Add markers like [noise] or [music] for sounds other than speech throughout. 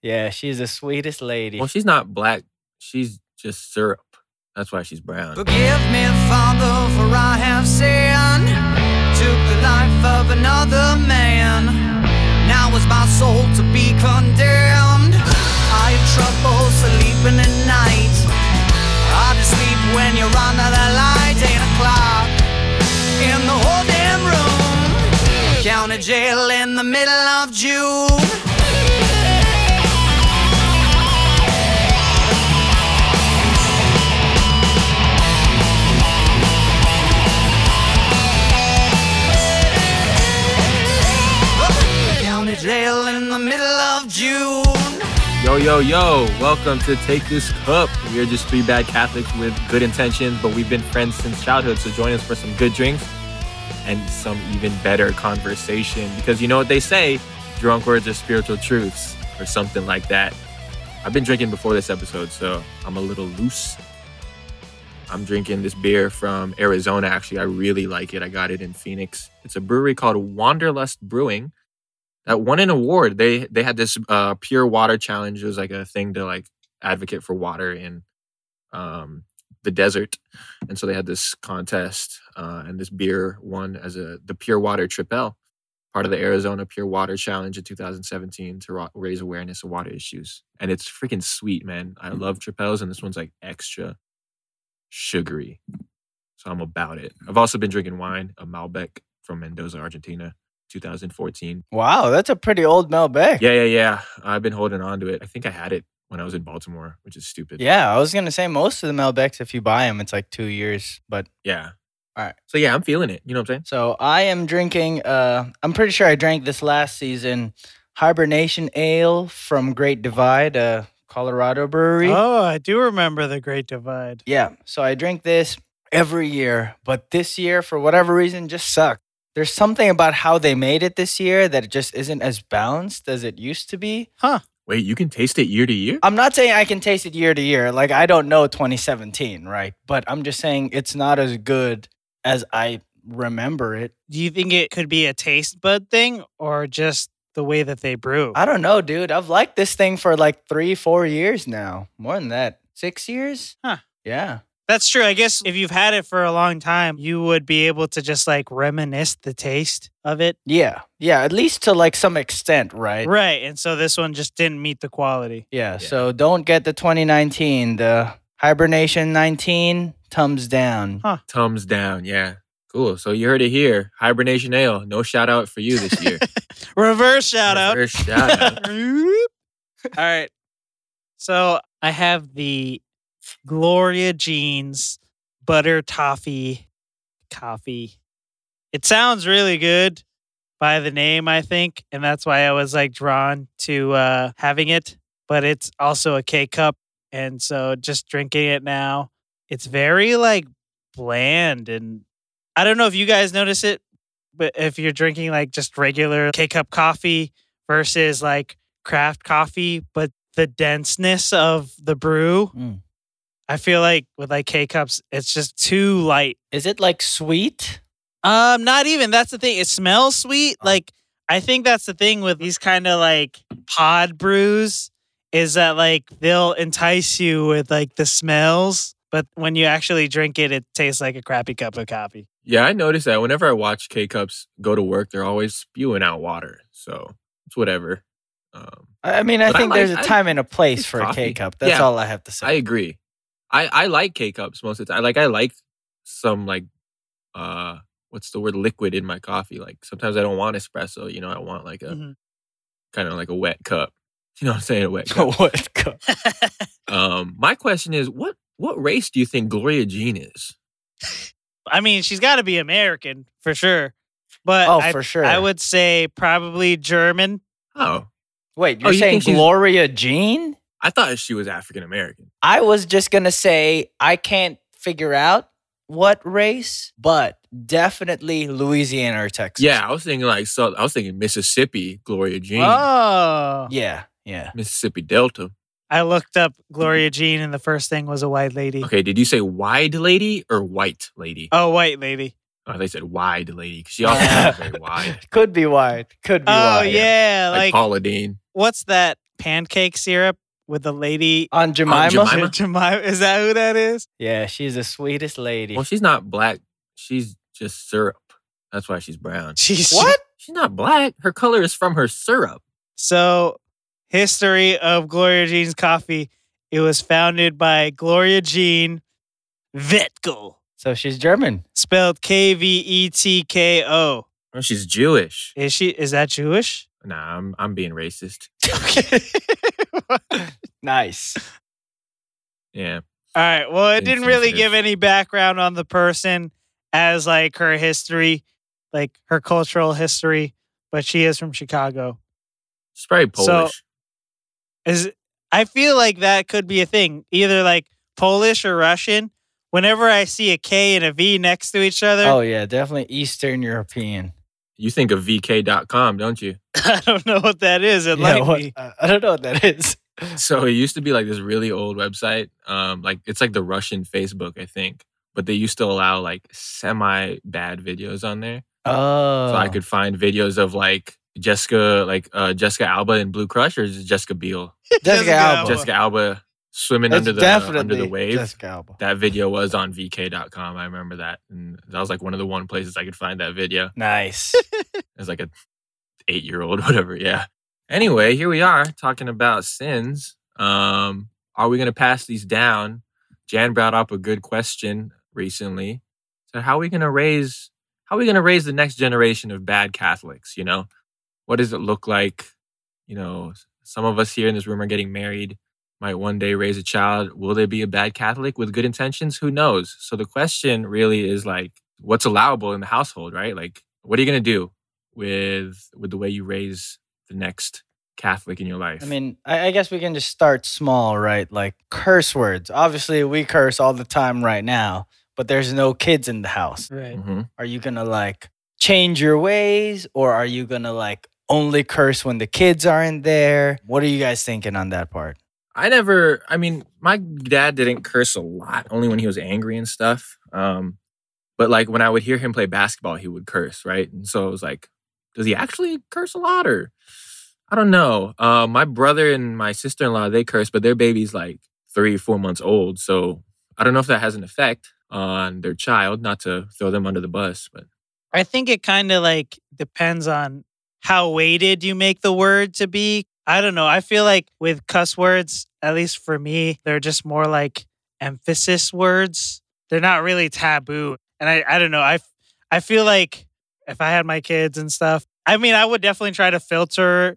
Yeah, she's the sweetest lady. Well, she's not black. She's just syrup. That's why she's brown. Forgive me, Father, for I have sinned. Took the life of another man. Now is my soul to be condemned. I have trouble sleeping at night. Hard to sleep when you're under the light. Eight o'clock in the whole damn room. County jail in the middle of June. County jail in the middle of June. Yo, yo, yo, welcome to Take This Cup. We are just three bad Catholics with good intentions, but we've been friends since childhood. So join us for some good drinks and some even better conversation. Because you know what they say drunk words are spiritual truths or something like that. I've been drinking before this episode, so I'm a little loose. I'm drinking this beer from Arizona, actually. I really like it. I got it in Phoenix. It's a brewery called Wanderlust Brewing. that won an award. They they had this uh, pure water challenge. It was like a thing to like advocate for water in um, the desert, and so they had this contest, uh, and this beer won as a the pure water triple, part of the Arizona Pure Water Challenge in 2017 to ra- raise awareness of water issues. And it's freaking sweet, man. I love tripels, and this one's like extra sugary, so I'm about it. I've also been drinking wine, a Malbec from Mendoza, Argentina, 2014. Wow, that's a pretty old [laughs] Malbec. Yeah, yeah, yeah. I've been holding on to it. I think I had it when I was in Baltimore, which is stupid. Yeah, I was gonna say most of the Malbecs, if you buy them, it's like two years. But Yeah. All right. So yeah, I'm feeling it. You know what I'm saying? so I am drinking. Uh, I'm pretty sure I drank this last season. Hibernation Ale from Great Divide, a Colorado brewery. Oh, I do remember the Great Divide. Yeah. So I drink this every year, but this year, for whatever reason, just sucked. There's something about how they made it this year that it just isn't as balanced as it used to be. Wait, you can taste it year to year? I'm not saying I can taste it year to year. Like I don't know 2017, right? But I'm just saying it's not as good as I remember it. Do you think it could be a taste bud thing or just the way that they brew? I don't know, dude. I've liked this thing for like three, four years now. More than that, six years. Huh. Yeah. That's true. I guess if you've had it for a long time, you would be able to just like reminisce the taste of it. Yeah. Yeah. At least to like some extent, right? Right. And so this one just didn't meet the quality. Yeah, Yeah. So don't get the 2019. The hibernation 19 thumbs down. Huh. Thumbs down. Yeah. Cool. So you heard it here. Hibernation Ale. No shout out for you this [laughs] year. Reverse shout out. Reverse [laughs] shout out. All right. So I have the Gloria Jeans Butter Toffee Coffee. It sounds really good by the name, I think. And that's why I was like drawn to uh, having it. But it's also a K cup. And so just drinking it now, it's very like bland. And I don't know if you guys notice it, but if you're drinking like just regular K cup coffee versus like craft coffee, but the denseness of the brew, Mm. I feel like with like K cups, it's just too light. Is it like sweet? Um, not even. That's the thing. It smells sweet. Oh. Like I think that's the thing with these kind of like pod brews is that like they'll entice you with like the smells, but when you actually drink it, it tastes like a crappy cup of coffee. Yeah, I noticed that whenever I watch K Cups go to work, they're always spewing out water. So it's whatever. Um, I I mean, I But I think there's a like- I- time and a place it's for a K coffee. cup. That's Yeah. all I have to [laughs] say. I agree. I I like K cups most of the time. Like I like some like uh what's the word liquid in my coffee. Like sometimes I don't want espresso, you know, I want like a Mhm. kind of like a wet cup. [laughs] You know what I'm saying? A wet [laughs] So cup. what cup? um my question is what what race do you think Gloria Jean is? [laughs] I mean, she's got to be American for sure, but Oh, I, for sure. I would say probably German. Oh. Wait, Oh, you're you saying think she's- Gloria Jean? I thought she was African American. I was just going to say I can't figure out what race, but definitely Louisiana or Texas. Yeah, I was thinking like so I was thinking Mississippi, Gloria Jean. Oh, Yeah. Yeah. Mississippi Delta. I looked up Gloria Jean, and the first thing was a white lady. Okay, did you say wide lady or white lady? Oh, white lady. Oh, they said wide lady because [laughs] she also sounds very wide. Could be wide. Could be Oh wide. yeah, Like, like Paula Dean. what's that pancake syrup with the lady. On Oh, Jemima? Jemima? [laughs] Jemima. Is that who that is? Yeah, she's the sweetest lady. Well, she's not black. She's just syrup. That's why she's brown. She's [laughs] What? She's not black. Her color is from her syrup. So, history of Gloria Jean's coffee. It was founded by Gloria Jean Vetko, So she's German. spelled K V E T K O. Well, she's Jewish. Is she? Is [laughs] that Jewish? Nah, I'm I'm being racist. Okay. [laughs] All [laughs] Nice. Yeah. right. Well, it didn't really Insensitive. give any background on the person as like her history, like her cultural history. But she is from Chicago. She's probably So- Polish. is I feel like that could be a thing, either like Polish or Russian. Whenever I see a K and a V next to each other, Oh, yeah, definitely Eastern European. you think of VK.com, don't you? [laughs] I don't know what that is. It Yeah, like what- me. I I don't know what that is. So it used to be like this really old website. Um, like it's like the Russian Facebook, I think. But they used to allow like semi bad videos on there. Oh. So I could find videos of like Jessica, like uh, Jessica Alba in Blue Crush, or is it Jessica Biel? Oh. Jessica Jessica Alba. Alba. Jessica Alba swimming It's under the definitely under the wave. Jessica Alba. That video was on VK.com. I remember that, and that was like one of the one places I could find that video Nice. as like a eight year old, [laughs] whatever. Yeah. Anyway, here we are talking about sins. Um, are we gonna pass these down? Jan brought up a good question recently. So how are we gonna raise how are we gonna raise the next generation of bad Catholics? You know, what does it look like? You know, some of us here in this room are getting married. Might one day raise a child. Will they be a bad Catholic with good intentions? Who knows? So the question really is like, what's allowable in the household, right? Like, what are you gonna do? with with the way you raise the next Catholic in your life. I mean, I, I guess we can just start small, right? Like curse words. Obviously, we curse all the time right now, but there's no kids in the house. [laughs] Right. Mhm. Are you gonna like change your ways, or are you gonna like only curse when the kids aren't there? What are you guys thinking on that part? I never. I mean, my dad didn't curse a lot, only when he was angry and stuff. Um, but like when I would hear him play basketball, he would curse, right? And so it was like, does he actually curse a lot, or I don't know. Uh, my brother and my sister in law they curse, but their baby's like three, four months old, so I don't know if that has an effect on their child. Not to throw them under the bus, but I think it kind of like depends on how weighted you make the word to be. I don't know. I feel like with cuss words, at least for me, they're just more like emphasis words. They're not really taboo. And I, I don't know. I, f- I feel like if I had my kids and stuff, I mean, I would definitely try to filter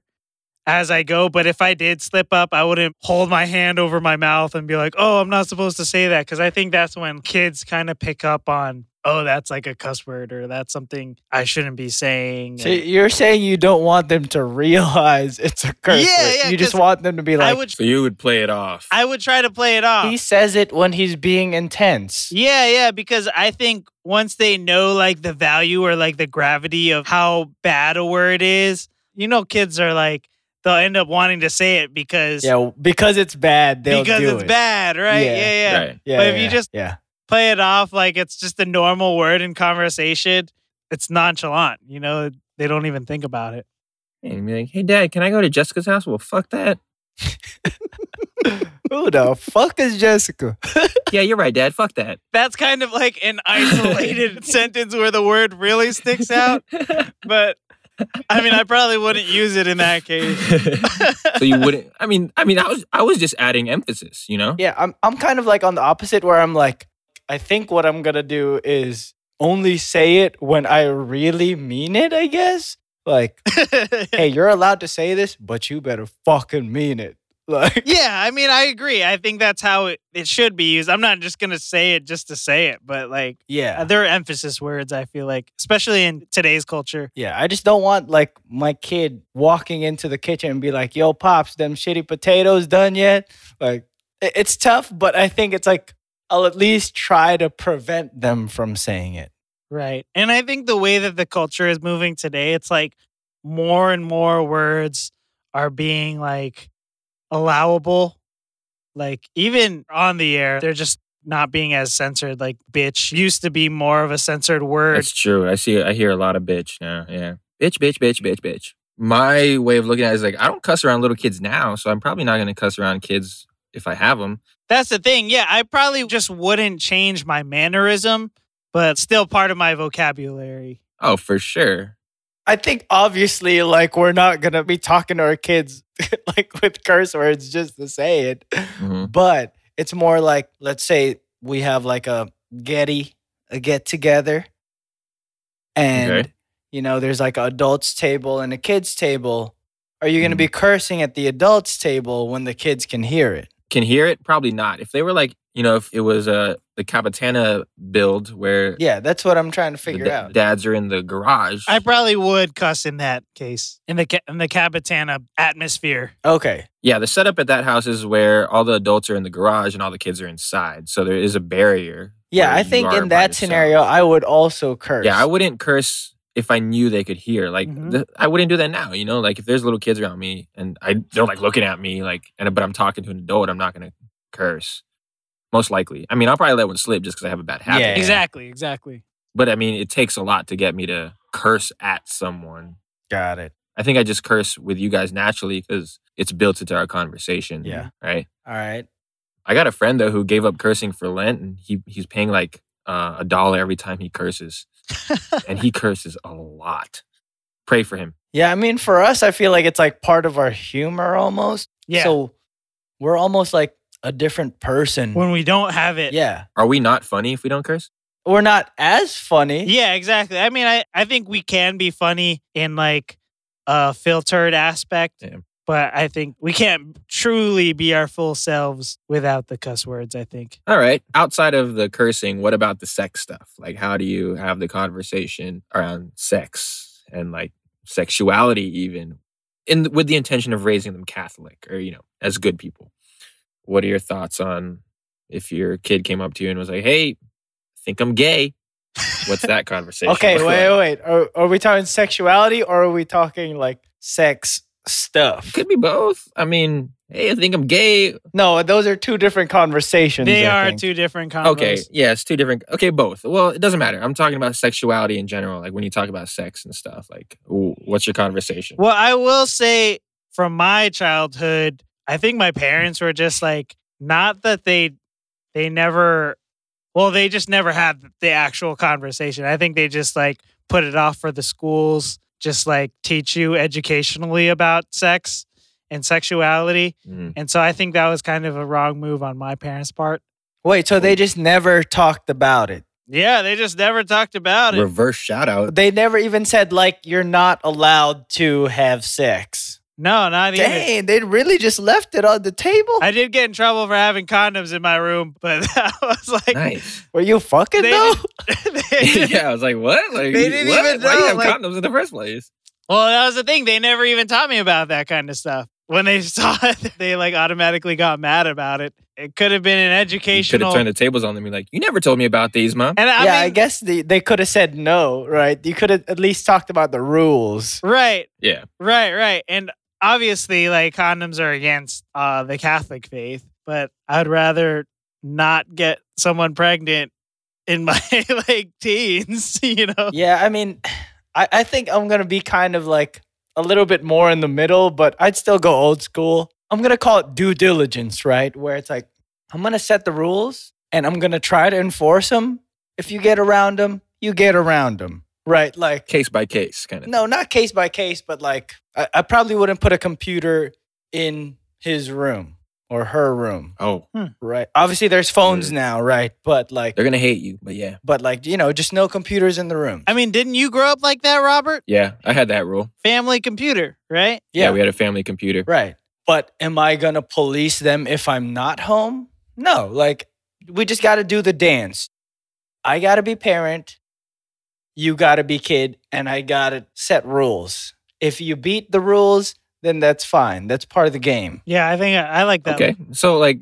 as I go. But if I did slip up, I wouldn't hold my hand over my mouth and be like, oh, I'm not supposed to say that. Cause I think that's when kids kind of pick up on, oh, that's like a cuss word or that's something I shouldn't be saying. So And you're saying you don't want them to realize [laughs] it's a curse Yeah, word. yeah, you just 'cause want them to be I like, would so you would play it off. I would try to play it off. he says it when he's being intense. yeah, yeah, because I think once they know like the value or like the gravity of how bad a word is, you know, kids are like they'll end up wanting to say it because Yeah, because it's bad. They'll because do it's it. bad, right? Yeah. Yeah, yeah. Right. Yeah, But if yeah, you just- [laughs] yeah, Play it off like it's just a normal word in conversation. It's nonchalant, you know. They don't even think about it. And be like, hey, dad, can I go to Jessica's house? Well, fuck that. who the fuck is Jessica? yeah, you're right, dad. Fuck that. That's kind of like [laughs] an isolated sentence where the word really [laughs] sticks out. But I mean, I probably wouldn't use it in that case. [laughs] so you wouldn't. I mean, I mean, I was, I was just adding emphasis, you know. Yeah, I'm I'm kind of like on the opposite where I'm like, I think what I'm gonna do is only say it when I really mean it, I guess. Like, hey, you're allowed to say this, but you better fucking mean it. [laughs] Like [laughs] yeah, I mean, I agree. I think that's how it, it should be used. I'm not just going to say it just to say it, but like, Yeah. there are emphasis words, I feel like, especially in today's culture. Yeah. I just don't want like my kid walking into the kitchen and be like, yo, pops, them shitty potatoes done yet? Like i- it's tough, but I think it's like I'll at least try to prevent them from saying it. Right. And I think the way that the culture is moving today, it's like more and more words are being like allowable. Like even on the air, they're just not being as censored. Like bitch used to be more of a censored word. That's true. I see. I hear a lot of bitch now. Yeah, bitch, bitch, bitch, bitch, bitch. my way of looking at it is like I don't cuss around little kids now, so I'm probably not going to cuss around kids if I have them. That's the thing. Yeah, I probably just wouldn't change my mannerism, but it's still part of my vocabulary. Oh, for sure. I think obviously, like, we're not gonna be talking to our kids [laughs] like with curse words just to say it. Mhm. But it's more like, let's say we have like a getty, a get together, and Okay. you know, there's like an adults table and a kids table. Are you Mm. gonna be cursing at the adults table when the kids can hear it? Can hear it? Probably not. If they were like, you know, if it was uh, the Capitana build where Yeah, that's what I'm trying to the figure da- out. dads are in the garage, I probably would cuss in that case in the ca- in the Capitana atmosphere. Okay. Yeah, the setup at that house is where all the adults are in the garage and all the kids are inside. So there is a barrier. Yeah, where I you think are in by that yourself. scenario, I would also curse. Yeah, I wouldn't curse if I knew they could hear. Like, Mm-hmm. Mhm. the, I wouldn't do that now. You know, like if there's little kids around me and I they're like looking at me, like, and but I'm talking to an adult, I'm not gonna curse. Most likely, I mean, I'll probably let one slip just because I have a bad habit. Yeah. Exactly, exactly. But I mean, it takes a lot to get me to curse at someone. Got it. I think I just curse with you guys naturally because it's built into our conversation. Yeah. Right. All right. I got a friend though who gave up cursing for Lent, and he he's paying like uh, a dollar every time he curses, and he curses a lot. Pray for him. Yeah, I mean, for us, I feel like it's like part of our humor almost. Yeah. So we're almost like a different person. when we don't have it. yeah. Are we not funny if we don't curse? We're not as funny. Yeah, exactly. I mean, I, I think we can be funny in like a filtered aspect, Yeah. but I think we can't truly be our full selves without the cuss words, I think. All right. Outside of the cursing, what about the sex stuff? Like, how do you have the conversation around sex and like sexuality, even, in with the intention of raising them Catholic or you know as good people? What are your thoughts on if your kid came up to you and was like, "Hey, I think I'm gay"? What's that [laughs] conversation? Okay, look wait, like? wait. Are, are we talking sexuality or are we talking like sex stuff? Could be both. I mean, hey, I think I'm gay. No, those are two different conversations. They I are think. two different convos. Okay, yeah, it's two different. Okay, both. Well, it doesn't matter. I'm talking about sexuality in general. Like when you talk about sex and stuff, like ooh, what's your conversation? Well, I will say from my childhood, I think my parents were just like not that they they never well, they just never had the actual conversation. I think they just like put it off for the schools, just like teach you educationally about sex and sexuality. Mm. And so I think that was kind of a wrong move on my parents' part. Wait, so they just never talked about it. Yeah, they just never talked about it. Reverse shout out. They never even said, like, you're not allowed to have sex. No, not even. Dang, they really just left it on the table? I did get in trouble for having condoms in my room, but [laughs] that was like Nice. Were you fucking They though? [laughs] they [laughs] didn't- yeah, I was like, what? Like, They didn't what? even Why do you know, have like- condoms in the first place? Well, that was the thing. They never even taught me about that kind of stuff. When they [laughs] saw it, they like automatically got mad about it. It could have been an You could educational. have turned the tables on them. You're like, you never told me about these, mom. and I yeah, mean, I guess the, they could have said no, right? You could have at least talked about the rules. right, Yeah, right, right. And obviously, like condoms are against uh, the Catholic faith, but I'd rather not get someone pregnant in my [laughs] like teens. [laughs] You know? Yeah, I mean, I, I think I'm going to be kind of like a little bit more in the middle, but I'd still go old school. I'm going to call it due diligence, right? Where it's like, I'm going to set the rules and I'm going to try to enforce them. If you get around them, you get around them, right? Like, case by case kind of. no, not case by case, but like, I, I probably wouldn't put a computer in his room or her room. Oh, Right. Obviously, there's phones Mm. now, right? But like, they're gonna hate you, but yeah, but like, you know, just no computers in the room. I mean, didn't you grow up like that, Robert? yeah. I had that rule. Family computer, right? yeah we had a family computer. right. But am I gonna police them if I'm not home? No. Like, we just got to do the dance. I gotta be parent. You gotta be kid, and I gotta set rules. If you beat the rules, then that's fine. That's part of the game. Yeah, I think I, I like that. Okay, so like,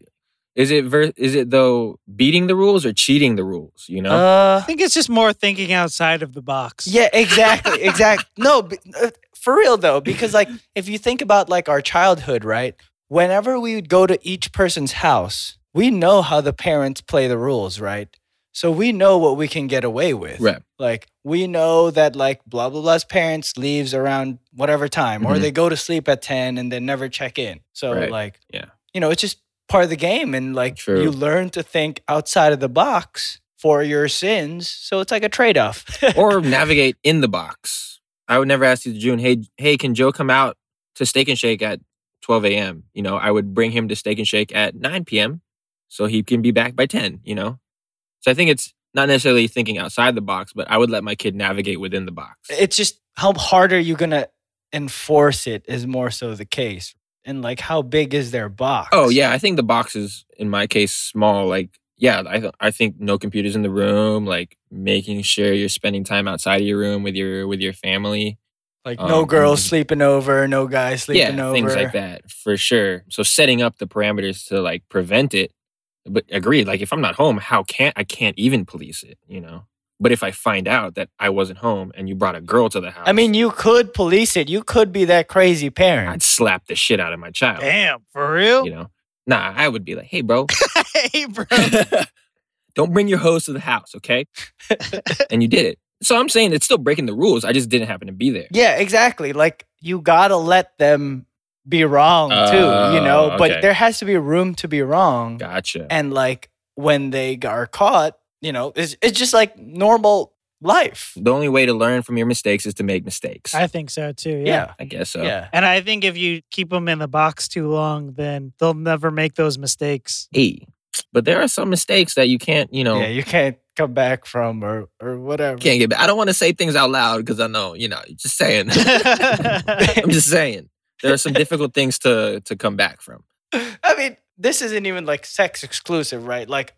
is it ver- is it though beating the rules or cheating the rules? You know, Uh, I think it's just more thinking outside of the box. Yeah, exactly. [laughs] Exactly. no, b- uh, for real though, because like if you think about like our childhood, right? Whenever we would go to each person's house, we know how the parents play the rules, right? So we know what we can get away with. Right. Like we know that like blah blah blah's parents leaves around whatever time, or Mhm. they go to sleep at ten and they never check in. So Right. like Yeah. you know, it's just part of the game, and like True. you learn to think outside of the box for your sins. So it's like a trade [laughs] off. or navigate in the box. I would never ask you to June, hey, hey, can Joe come out to Steak and Shake at 12 a.m.? You know, I would bring him to Steak and Shake at 9 p.m. so he can be back by 10, you know? So I think it's not necessarily thinking outside the box, but I would let my kid navigate within the box. it's just how hard are you gonna enforce it is more so the case, and like how big is their box? Oh yeah, I think the box is in my case small. Like yeah, I th- I think no computers in the room. Like making sure you're spending time outside of your room with your with your family. like no um, girls um, sleeping over, no guys sleeping yeah, over, things like that for sure. So setting up the parameters to like prevent it. But agreed. Like if I'm not home, how can I can't even police it? You know. But if I find out that I wasn't home and you brought a girl to the house, I mean, you could police it. You could be that crazy I'd parent. slap the shit out of my child. Damn, for real? You know. Nah, I would be like, hey, [laughs] bro. [laughs] [laughs] hey, bro. don't bring your hose to the [laughs] house, okay? and you did it. So I'm saying it's still breaking the rules. I just didn't happen to be there. Yeah, exactly. Like you gotta let them be wrong too, you know. Oh, okay. But there has to be room to be wrong. Gotcha. And like when they g- are caught, you know, it's it's just like normal life. The only way to learn from your mistakes is to make mistakes. I, I think so too. Yeah. Yeah, guess so. yeah. And I think if you keep them in the box too long, then they'll never make those mistakes. [laughs] Hey, but there are some mistakes that you can't, you know, Yeah, you can't come back from or or whatever. can't get back. I don't want to say things out loud because I know, you know, just [laughs] saying. [laughs] yeah, I'm just saying. There are some difficult things to to come back from. [laughs] I mean, this isn't even like sex exclusive, right? Like,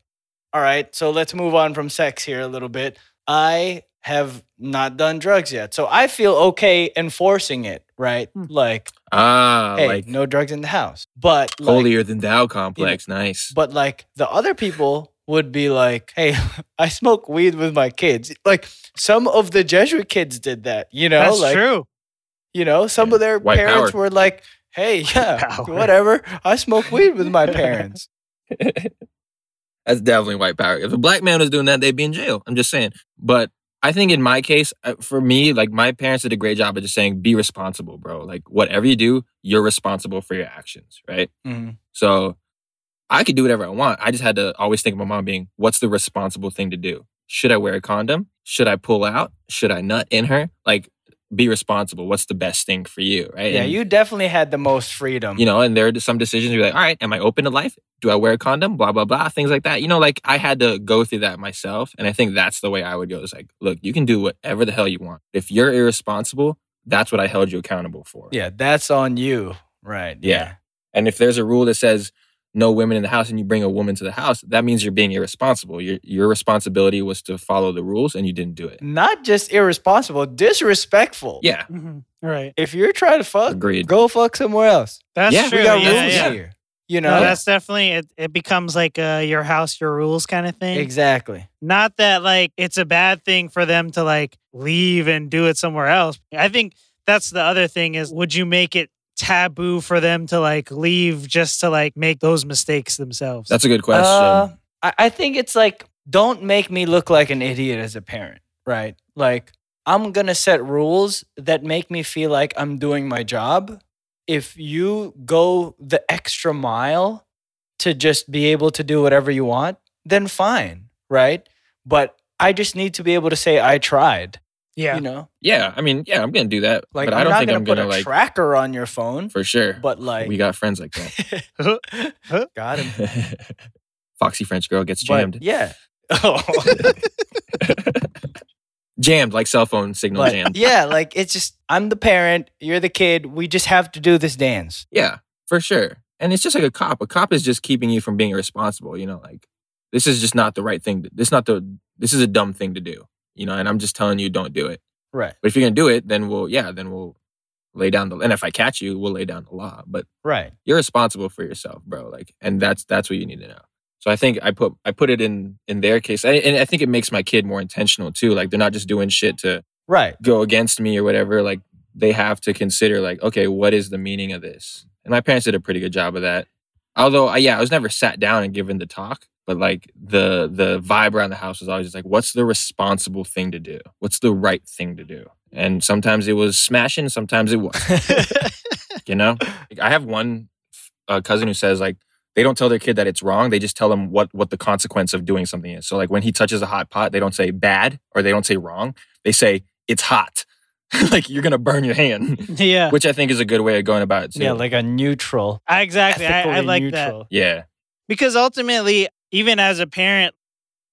all right, so let's move on from sex here a little bit. I have not done drugs yet. So I feel okay enforcing it, right? Hmm. Like, Ah, hey, like no drugs in the house. But like, holier than thou complex. Nice. [laughs] but like the other people would be like, hey, [laughs] I smoke weed with my kids. Like some of the Jesuit kids did that, you know? that's like true. you know, some Yeah. of their White parents power. were like, hey, yeah, power. [laughs] whatever. I smoke weed with my parents. [laughs] That's definitely white power. If a black man was doing that, they'd be in jail. I'm just saying. But I think in my case, uh, for me, like my parents did a great job of just saying, be responsible, bro. Like whatever you do, you're responsible for your actions, right? Mm-hmm. Mhm. So I could do whatever I want. I just had to always think of my mom being, what's the responsible thing to do? Should I wear a condom? Should I pull out? Should I nut in her? Like, be responsible. What's the best thing for you, right? Yeah, And- you definitely had the most freedom. you know, and there are some decisions you're like, all right, am I open to life? Do I wear a condom? Blah, blah, blah, things like that. You know, like I had to go through that myself. And I think that's the way I would go. It's like, look, you can do whatever the hell you want. If you're irresponsible, that's what I held you accountable for. yeah, that's on you. Right. Yeah. And if there's a rule that says no women in the house and you bring a woman to the house, that means you're being irresponsible. Your, your responsibility was to follow the rules and you didn't do it. Not just irresponsible, disrespectful. Yeah, Mhm. Right. If you're trying to fuck, agreed. go fuck somewhere else. That's Yeah, we true. we got yeah, rules yeah. here. You No, know? that's definitely it. It becomes like uh, your house, your rules kind of thing. exactly. Not that like it's a bad thing for them to like leave and do it somewhere else. I think that's the other thing is would you make it taboo for them to like leave just to like make those mistakes themselves? That's a good question. Uh, I, I think it's like, don't make me look like an idiot as a parent, right? Like, I'm going to set rules that make me feel like I'm doing my job. If you go the extra mile to just be able to do whatever you want, then fine, right? But I just need to be able to say I tried, yeah. you know? yeah, I mean, yeah, I'm going to do that. Like, but I'm I don't not think gonna I'm put going to a like, tracker on your phone, for sure. but like, [laughs] we got friends like that. got him. [laughs] Foxy French girl gets But jammed. yeah. [laughs] Oh. jammed, like cell phone signal But, jammed. yeah, like it's just I'm the parent, you're the kid. We just have to do this dance. Yeah, for sure. And it's just like a cop. A cop is just keeping you from being irresponsible. You know, like this is just not the right thing. To, this not the. This is a dumb thing to do. You know, and I'm just telling you, don't do it. Right. But if you're gonna do it, then we'll yeah, then we'll lay down the. And if I catch you, we'll lay down the law. But Right. you're responsible for yourself, bro. Like, and that's that's what you need to know. So I think I put I put it in in their case, I, and I think it makes my kid more intentional too. Like they're not just doing shit to Right. go against me or whatever, like they have to consider like, okay, what is the meaning of this? And my parents did a pretty good job of that. Although, I, yeah, I was never sat down and given the talk, but like the the vibe around the house was always just like what's the responsible thing to do what's the right thing to do and sometimes it was smashing sometimes it was you know Like, i have one uh, cousin who says like they don't tell their kid that it's wrong they just tell them what what the consequence of doing something is so like when he touches a hot pot they don't say bad or they don't say wrong they say it's hot [laughs] like you're gonna burn your [laughs] hand [laughs] yeah, which i think is a good way of going about it too. Yeah, like a neutral. I- exactly. I, I ethically like that neutral. yeah because ultimately, even as a parent,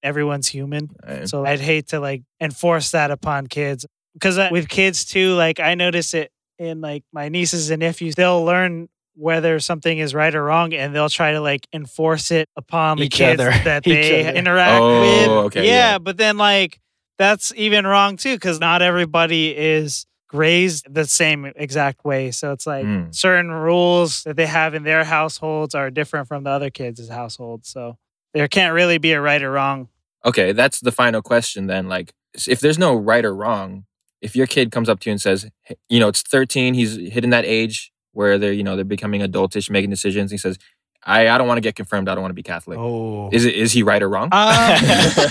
everyone's human. Uh, So I'd hate to like enforce that upon kids because with kids too, like I notice it in like my nieces and nephews, they'll learn whether something is right or wrong and they'll try to like enforce it upon the Each kids other. [laughs] that Each they other. interact Oh, with. okay, yeah, yeah. but then like that's even wrong too because not everybody is raised the same exact way. So it's like Mm. certain rules that they have in their households are different from the other kids' households. So there can't really be a right or wrong. okay, that's the final question then. Like, s- if there's no right or wrong, if your kid comes up to you and says, "Hey," you know, it's 13, he's hitting that age where they're, you know, they're becoming adultish, making decisions. He says, I, I don't want to get confirmed. I don't want to be Catholic. Oh. Is it is he right or wrong? Um, [laughs]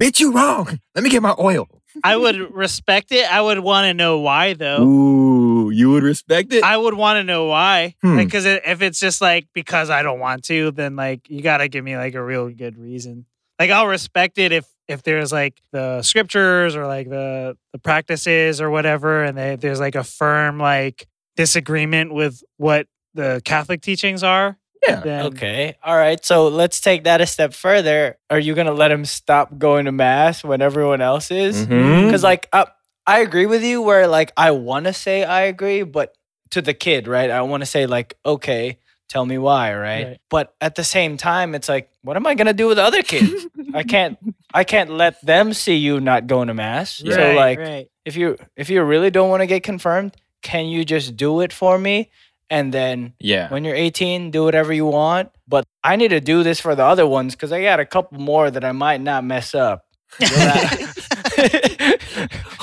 Bitch, you wrong. Let me get my oil. I would respect it. I would want to know why, though. Ooh, you would respect it. I would want to know why. Hmm. Because if it's just like because I don't want to, then like you got to give me like a real good reason. Like I'll respect it if if there's like the scriptures or like the the practices or whatever, and they, there's like a firm like disagreement with what the Catholic teachings are. Yeah. Then, Okay. All right. So let's take that a step further. Are you going to let him stop going to mass when everyone else is? Mm-hmm. Mhm. Because, like, uh, I agree with you where, like, I want to say I agree, but to the kid, right? I want to say, like, okay, tell me why, right? Right. But at the same time, it's like, what am I going to do with the other kids? [laughs] I can't. I can't let them see you not going to mass. So Right, like right. if you if you really don't want to get confirmed, can you just do it for me and then yeah. when you're 18, do whatever you want. But I need to do this for the other ones because I got a couple more that I might not mess up.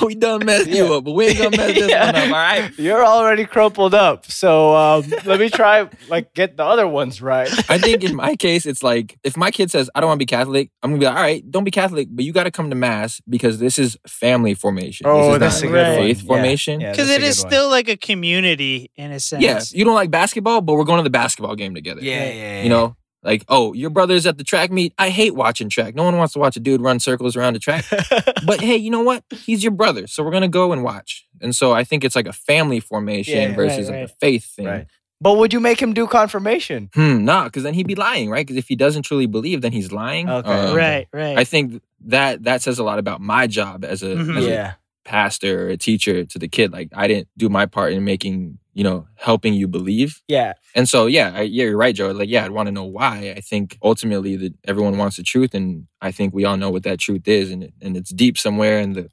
We done messed Yeah. up, but we ain't gonna [laughs] Yeah. right? [laughs] You're already crumpled up. So um, let me try, like, get the other ones right. I think in my case, it's like if my kid says, I don't want to be Catholic, I'm going to be like, all right, don't be Catholic, but you got to come to Mass because this is family formation. Oh, this is that's not a good one. faith formation. Yeah, Because that's it a is good one. still like a community in a sense. Yes, you don't like basketball, but we're going to the basketball game together. Yeah, yeah, yeah. You know, like, oh, your brother's at the track meet. I hate watching track. No one wants to watch a dude run circles around [laughs] a track. but hey, you know what? He's your brother. So we're going to go and watch. And so I think it's like a family formation Yeah, right, versus like right. a faith thing. Right. But would you make him do confirmation? Hmm, nah, because then he'd be lying, right? Because if he doesn't truly believe, then he's lying. Um, Okay. Right, right. [laughs] I think that that says a lot about my job as a, Mhm. as a Yeah. pastor or a teacher to the kid. Like I didn't do my part in making you know helping you believe. Yeah. And so yeah, I, yeah, you're right, Joe. Like yeah, I'd want to know why. I think ultimately that everyone wants the truth, and I think we all know what that truth is, and it, and it's deep somewhere in the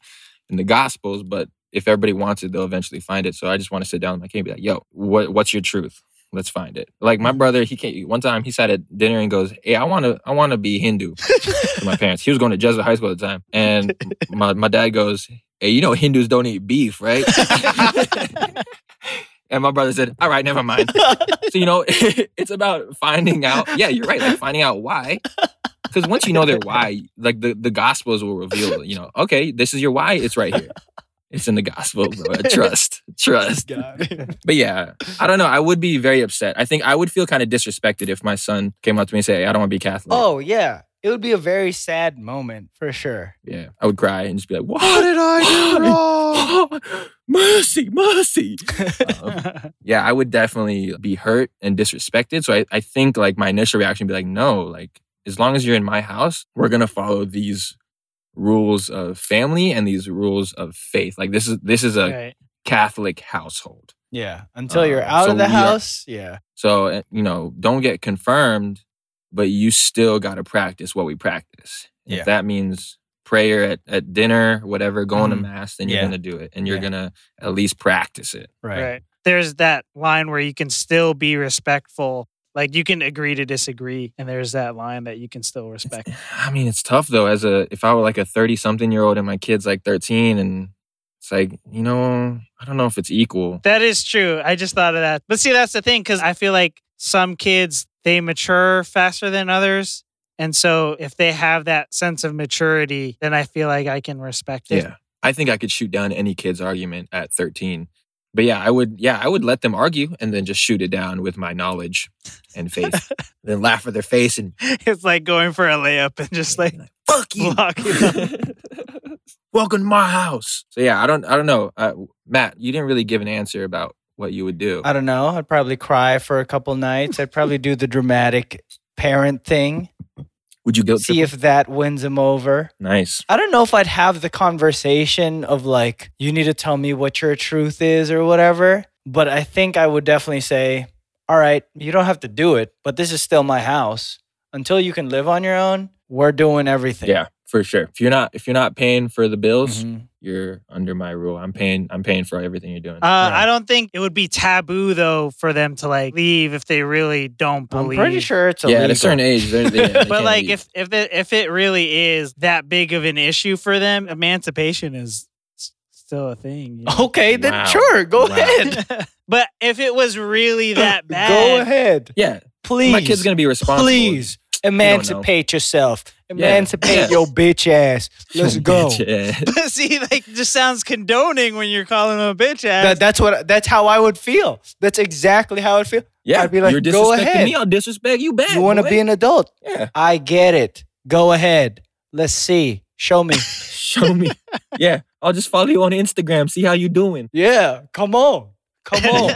in the Gospels, but. If everybody wants it, they'll eventually find it. So I just want to sit down with my kid and be like, "Yo, what, what's your truth? Let's find it." Like my brother, he can't. One time, he sat at dinner and goes, "Hey, I want to, I want to be Hindu." to my parents. He was going to Jesuit high school at the time. And my, my dad goes, Hey, you know Hindus don't eat beef, right? and my brother said, All right, never mind. so, you know, [laughs] it's about finding out. Yeah, you're right. Like finding out why. Because once you know their why, like the, the gospels will reveal, you know, okay, this is your why. It's right here. It's in the gospel, bro. Trust, trust. But yeah, I don't know. I would be very upset. I think I would feel kind of disrespected if my son came up to me and said, hey, I don't want to be [laughs] Catholic. oh, yeah. It would be a very sad moment for sure. Yeah, I would cry and just be like, "What did I do wrong? [gasps] mercy, mercy!" Uh, yeah, I would definitely be hurt and disrespected. So I, I think like my initial reaction would be like, "No, like as long as you're in my house, we're gonna follow these rules of family and these rules of faith. Like this is this is a Right. Catholic household. Yeah. Until Uh, you're out so of the we are- house. yeah. So uh, you know, don't get confirmed, but you still got to practice what we practice. Yeah. If that means prayer at, at dinner, whatever, going Mhm. to mass, then you're Yeah. gonna do it, and you're Yeah. gonna at least practice it. Right. Right. There's that line where you can still be respectful. Like you can agree to disagree, and there's that line that you [laughs] can still respect. I mean, it's tough though. As a if I were like a thirty something year old and my kid's like thirteen, and it's like you know, I don't know if it's equal. that is true. I just thought of that. But see, that's the thing, because I feel like some kids they mature faster than others. And so if they have that sense of maturity, then I feel like I can respect it. Yeah. I think I could shoot down any kid's argument at 13. But yeah, I would yeah, I would let them argue and then just shoot it down with my knowledge and [laughs] faith. then laugh at their face and [laughs] It's like going for a layup and just like fuck [laughs] [laughs] you. block [laughs] it up. Welcome to my house. So yeah, I don't I don't know. Uh, Matt, you didn't really give an answer about what you would do. I don't know. I'd probably cry for a couple nights. I'd probably do the dramatic parent thing. Would you guilt See trip? if that wins him over. nice. I don't know if I'd have the conversation of like, you need to tell me what your truth is or whatever. But I think I would definitely say, all right, you don't have to do it, but this is still my house. Until you can live on your own, we're doing everything. Yeah, for sure. If you're not if you're not paying for the bills, Mhm. you're under my rule. I'm paying I'm paying for everything you're doing. Uh, I don't think it would be taboo though for them to like leave if they really don't I'm believe. pretty sure it's yeah, illegal. at a certain age, they're, they, they But can't like leave. if if it, if it really is that big of an issue for them, emancipation is s- still a thing. you Oh, [laughs] [laughs] know? Okay, then Wow. sure, go Wow. ahead. but if it was [laughs] really [laughs] that [laughs] bad, Go ahead. yeah, Please. my kid's gonna be responsible. [laughs] Please emancipate yourself. Emancipate Yeah. your bitch [laughs] ass. Let's go. [laughs] Yeah. But [laughs] see, like, it just sounds condoning when you're calling them a bitch ass. That- that's what. That's how I would feel. That's exactly how I'd feel. Yeah, I'd be like, you're disrespecting "Go ahead. me, I'll disrespect you back. You want to boy." be an adult? Yeah, [laughs] I get it. Go ahead. Let's see. Show [laughs] me. show me. yeah, I'll just follow you on Instagram, see how you doing. yeah. Come on. [laughs] Come on.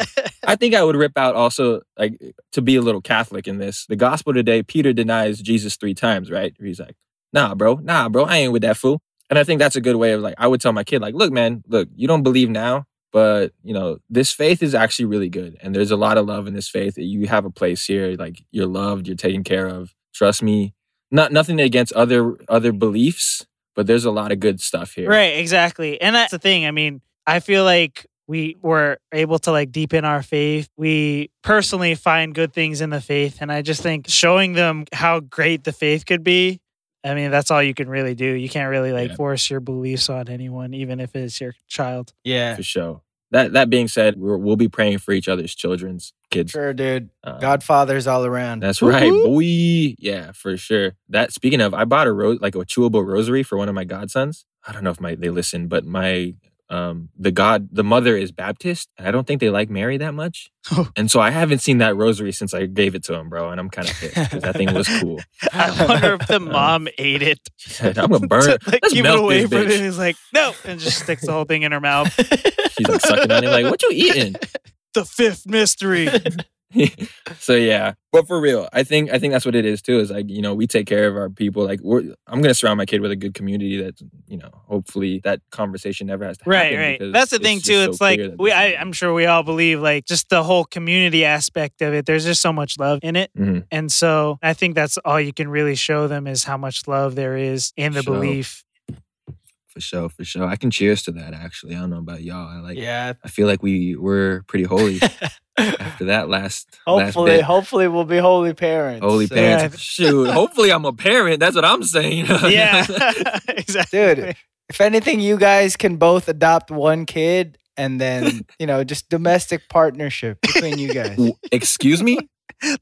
I think I would rip out also like to be a little Catholic in this. The gospel today, Peter denies Jesus three times, right? He's like, "Nah, bro, nah, bro, I ain't with that fool." And I think that's a good way of like I would tell my kid like, "Look, man, look, you don't believe now, but you know this faith is actually really good, and there's a lot of love in this faith. You have a place here, like you're loved, you're taken care of. Trust me. Not nothing against other other beliefs, but there's a lot of good stuff here. Right, exactly. And that's the thing. I mean, I feel like we were able to like deepen our faith. We personally find good things in the faith. And I just think showing them how great the faith could be. I mean, that's all you can really do. You can't really like Yeah. force your beliefs on anyone, even if it's your child. yeah. for sure. That that being said, we're, we'll be praying for each other's children's kids. Sure, dude. Um, Godfathers all around. That's right, Woo-hoo. boy. Yeah, for sure. That speaking of, I bought a rose like a chewable rosary for one of my godsons. I don't know if my they listen, but my um the god the mother is Baptist, and I don't think they like Mary that much. and so I haven't seen that rosary since I gave it to him, bro. And I'm kind of pissed 'cause that thing was cool. [laughs] I wonder if [laughs] the mom ate it. She said, I'm gonna burn. [laughs] to, it. like Let's give it melt away this from bitch." it. He's like, no, and just sticks the whole thing in [laughs] her mouth. She's like sucking on it, like, what you eating? the fifth mystery. [laughs] so yeah but for real i think i think that's what it is too is like you know we take care of our people like we're i'm gonna surround my kid with a good community that you know hopefully that conversation never has to right happen right because that's the thing just too so it's like clear that we this I, is- i'm sure we all believe like just the whole community aspect of it there's just so much love in it Mhm. and so i think that's all you can really show them is how much love there is in the Show. [laughs] belief for sure for sure i can cheers to that actually i don't know about y'all i like [laughs] yeah. [laughs] i feel like we were pretty holy after that last [laughs] hopefully, last hopefully we'll be holy parents. bit. holy So- parents Yeah. shoot hopefully i'm a parent that's what i'm saying [laughs] yeah [laughs] exactly Dude, if anything, you guys can both adopt one kid and [laughs] then, you know, just domestic partnership between you guys. W- excuse me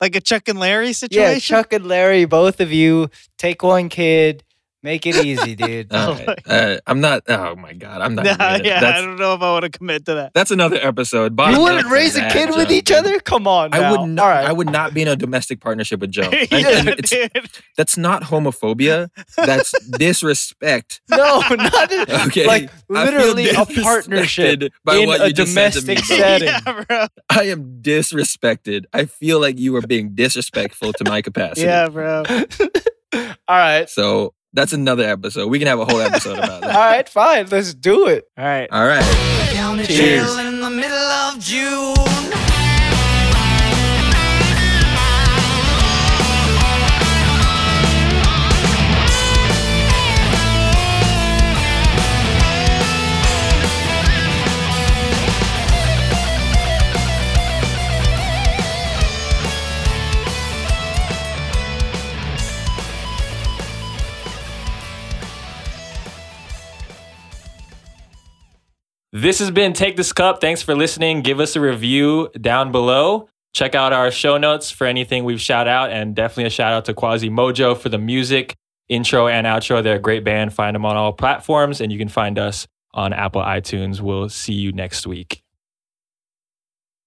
like a chuck and larry Yeah, [laughs] situation Chuck and Larry, both of you take one kid, make it [laughs] easy, dude. All [laughs] Oh right. uh, i'm not oh my god i'm not Nah, gonna- yeah i that's- don't know if i want to commit to that That's another episode. Bottom you line wouldn't for raise a that, kid with Joe. each other? Come on. I now. would not. All [laughs] right. I would not be in a domestic partnership [laughs] with Joe. [laughs] Yeah, And- and it's, dude. that's not homophobia. [laughs] That's disrespect. no, not a, [laughs] Okay, like I feel literally a partnership. disrespected by in what a you just said to me, domestic bro. setting. [laughs] yeah bro I am disrespected. I feel like you are being disrespectful to my capacity. [laughs] yeah bro All right. So that's another episode. We can have a whole episode about All [laughs] that. right, fine. Let's do it. all right All right. County Cheers. jail in the middle of June. This has been Take This Cup. Thanks for listening. Give us a review down below. Check out our show notes for anything we've shout out, and definitely a shout out to Quasi Mojo for the music, intro and outro. They're a great band. Find them on all platforms, and you can find us on Apple iTunes. We'll see you next week.